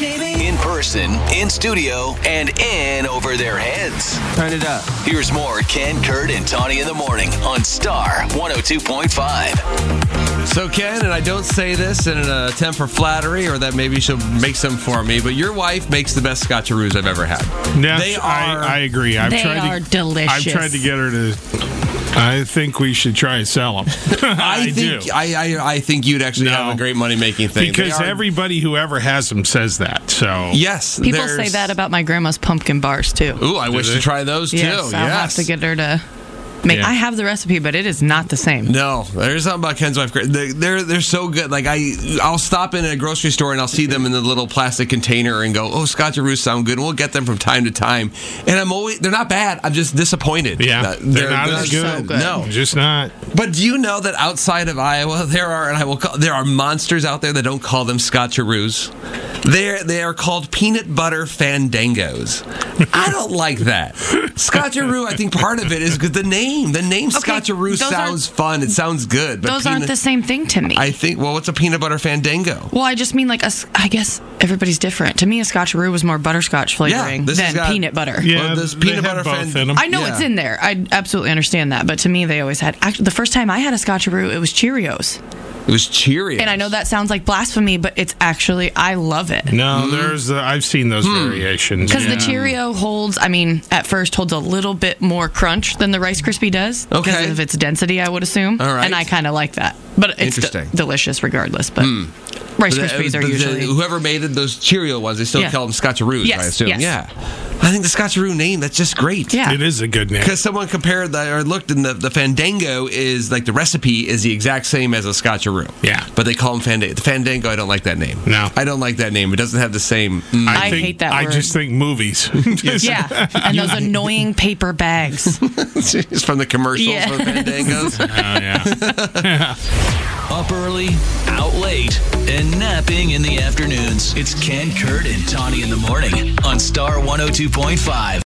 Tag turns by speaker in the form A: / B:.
A: In person, in studio, and in over their heads.
B: Turn it up.
A: Here's more Ken, Kurt, and Tawny in the morning on Star 102.5.
B: So, Ken, and I don't say this in an attempt for flattery or that maybe she'll make some for me, but your wife makes the best scotcheroos I've ever had.
C: Yes,
B: They are-
C: I, I agree. I've
D: They
C: tried
D: are
C: to,
D: delicious.
C: I've tried to get her to. I think we should try and sell them. I,
B: think
C: do.
B: I, I I think you'd actually
C: No.
B: have a great money making thing. They
C: because
B: are-
C: everybody who ever has them says that. So
B: yes,
D: People say
B: there's-
D: that about my grandma's pumpkin bars too.
B: Ooh, I wish
C: they?
B: to try those too.
D: yes, I'll have
B: yes.
D: to get her to make.
C: Yeah.
D: I have the recipe, but it is not the same.
B: No, there's something about Ken's wife. They- They're they're so good. Like I, I'll stop in a grocery store and I'll see them in the little plastic container and go, "Oh, Scotcheroos sound good." And we'll get them from time to time. And I'm always they're not bad. I'm just disappointed.
C: Yeah,
B: that
C: they're not as
D: good. so good.
B: No,
C: just not.
B: but do you know that outside of Iowa there are and I will call, there are monsters out there that don't call them Scotcheroos. They they are called peanut butter fandangos. I don't like that. Scotcheroo. I think part of it is because the name. The name
D: Okay,
B: Scotcheroo
D: those aren't-
B: sounds fun. It sounds good. But
D: Those aren't
B: peanut-
D: the same thing to me.
B: I think. Well, what's a peanut butter fandango?
D: well, I just mean like a s- I guess everybody's different. To me, a Scotcheroo was more butterscotch flavoring
B: this has
D: than
B: got-
D: peanut butter.
C: Yeah,
B: Well, this
C: they have
B: peanut butter
C: both
B: fan-
C: in 'em.
D: I know
B: Yeah.
D: it's in there. I absolutely understand that, but to me, they always had. Actually, the first time I had a Scotcheroo, it was Cheerios,
B: It was Cheerios.
D: and I know that sounds like blasphemy, but it's actually I love it.
B: Hmm.
C: no, there's. The, I've seen those variations.
D: Because
C: yeah.
D: the Cheerio holds, I mean, at first holds a little bit more crunch than the Rice Krispie does.
B: Okay.
D: Because of its density, I would assume.
B: All right.
D: And I kind of like that. But it's de-
B: Interesting. Hmm.
D: delicious regardless. But Rice
B: But the-
D: Krispies are
B: the- the-
D: usually.
B: whoever made it, those Cheerio ones. They still
D: Yeah.
B: call them Scotcheroos. I
D: Yes,
B: assume.
D: yes.
B: Yeah. I think the Scotcheroo name. That's just great.
D: yeah.
C: It is a good name.
B: Because someone compared the, or looked, and the, the Fandango is like the recipe is the exact same as a Scotcheroo.
C: Yeah.
B: but they call them Fandango. The Fandango, I don't like that name.
C: No.
B: I don't like that name. It doesn't have the same. Mm.
D: I hate that
C: I
D: word.
C: just think movies.
D: Yeah. And those annoying paper bags.
B: it's from the commercials
D: Yeah.
B: for Fandangos.
C: Oh, yeah.
A: Up early, out late, and napping oh in the afternoons. It's Ken, Kurt, and Tawny in the morning on Star 102.5.